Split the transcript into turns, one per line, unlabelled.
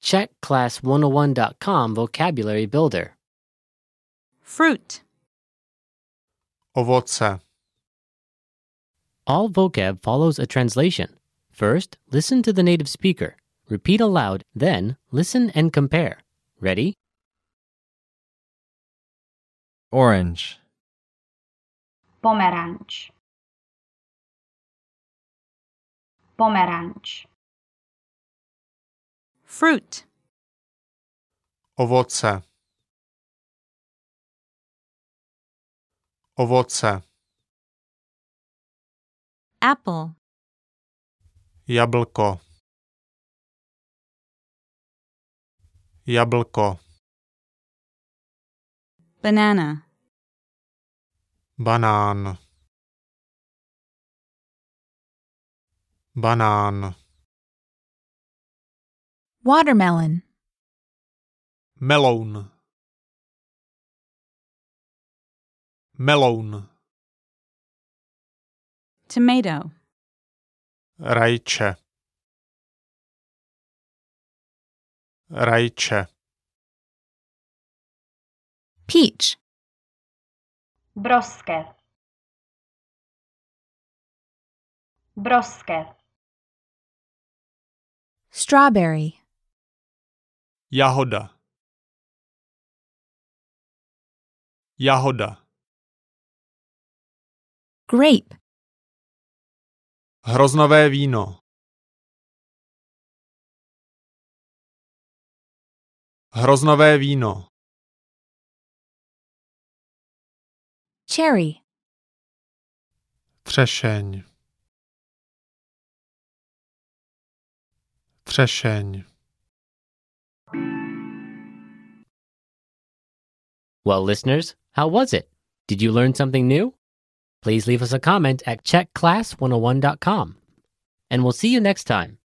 Check class101.com vocabulary builder.
fruit,
ovoce,
All vocab follows a translation. First, listen to the native speaker. Repeat aloud, then listen and compare. Ready?
orange,
pomerańcz, pomerańcz,
fruit,
ovoce, ovoce,
apple,
jablko, jablko,
banana,
banán, banán,
watermelon,
meloun, meloun,
tomato,
rajče, rajče,
peach,
broskę, broskę,
strawberry,
Jahoda. Jahoda.
grape,
Hroznové víno. Hroznové víno.
cherry,
Třešeň. Třešeň.
Well, listeners, how was it? Did you learn something new? oh Please leave us a comment at checkclass101.com. And we'll see you next time.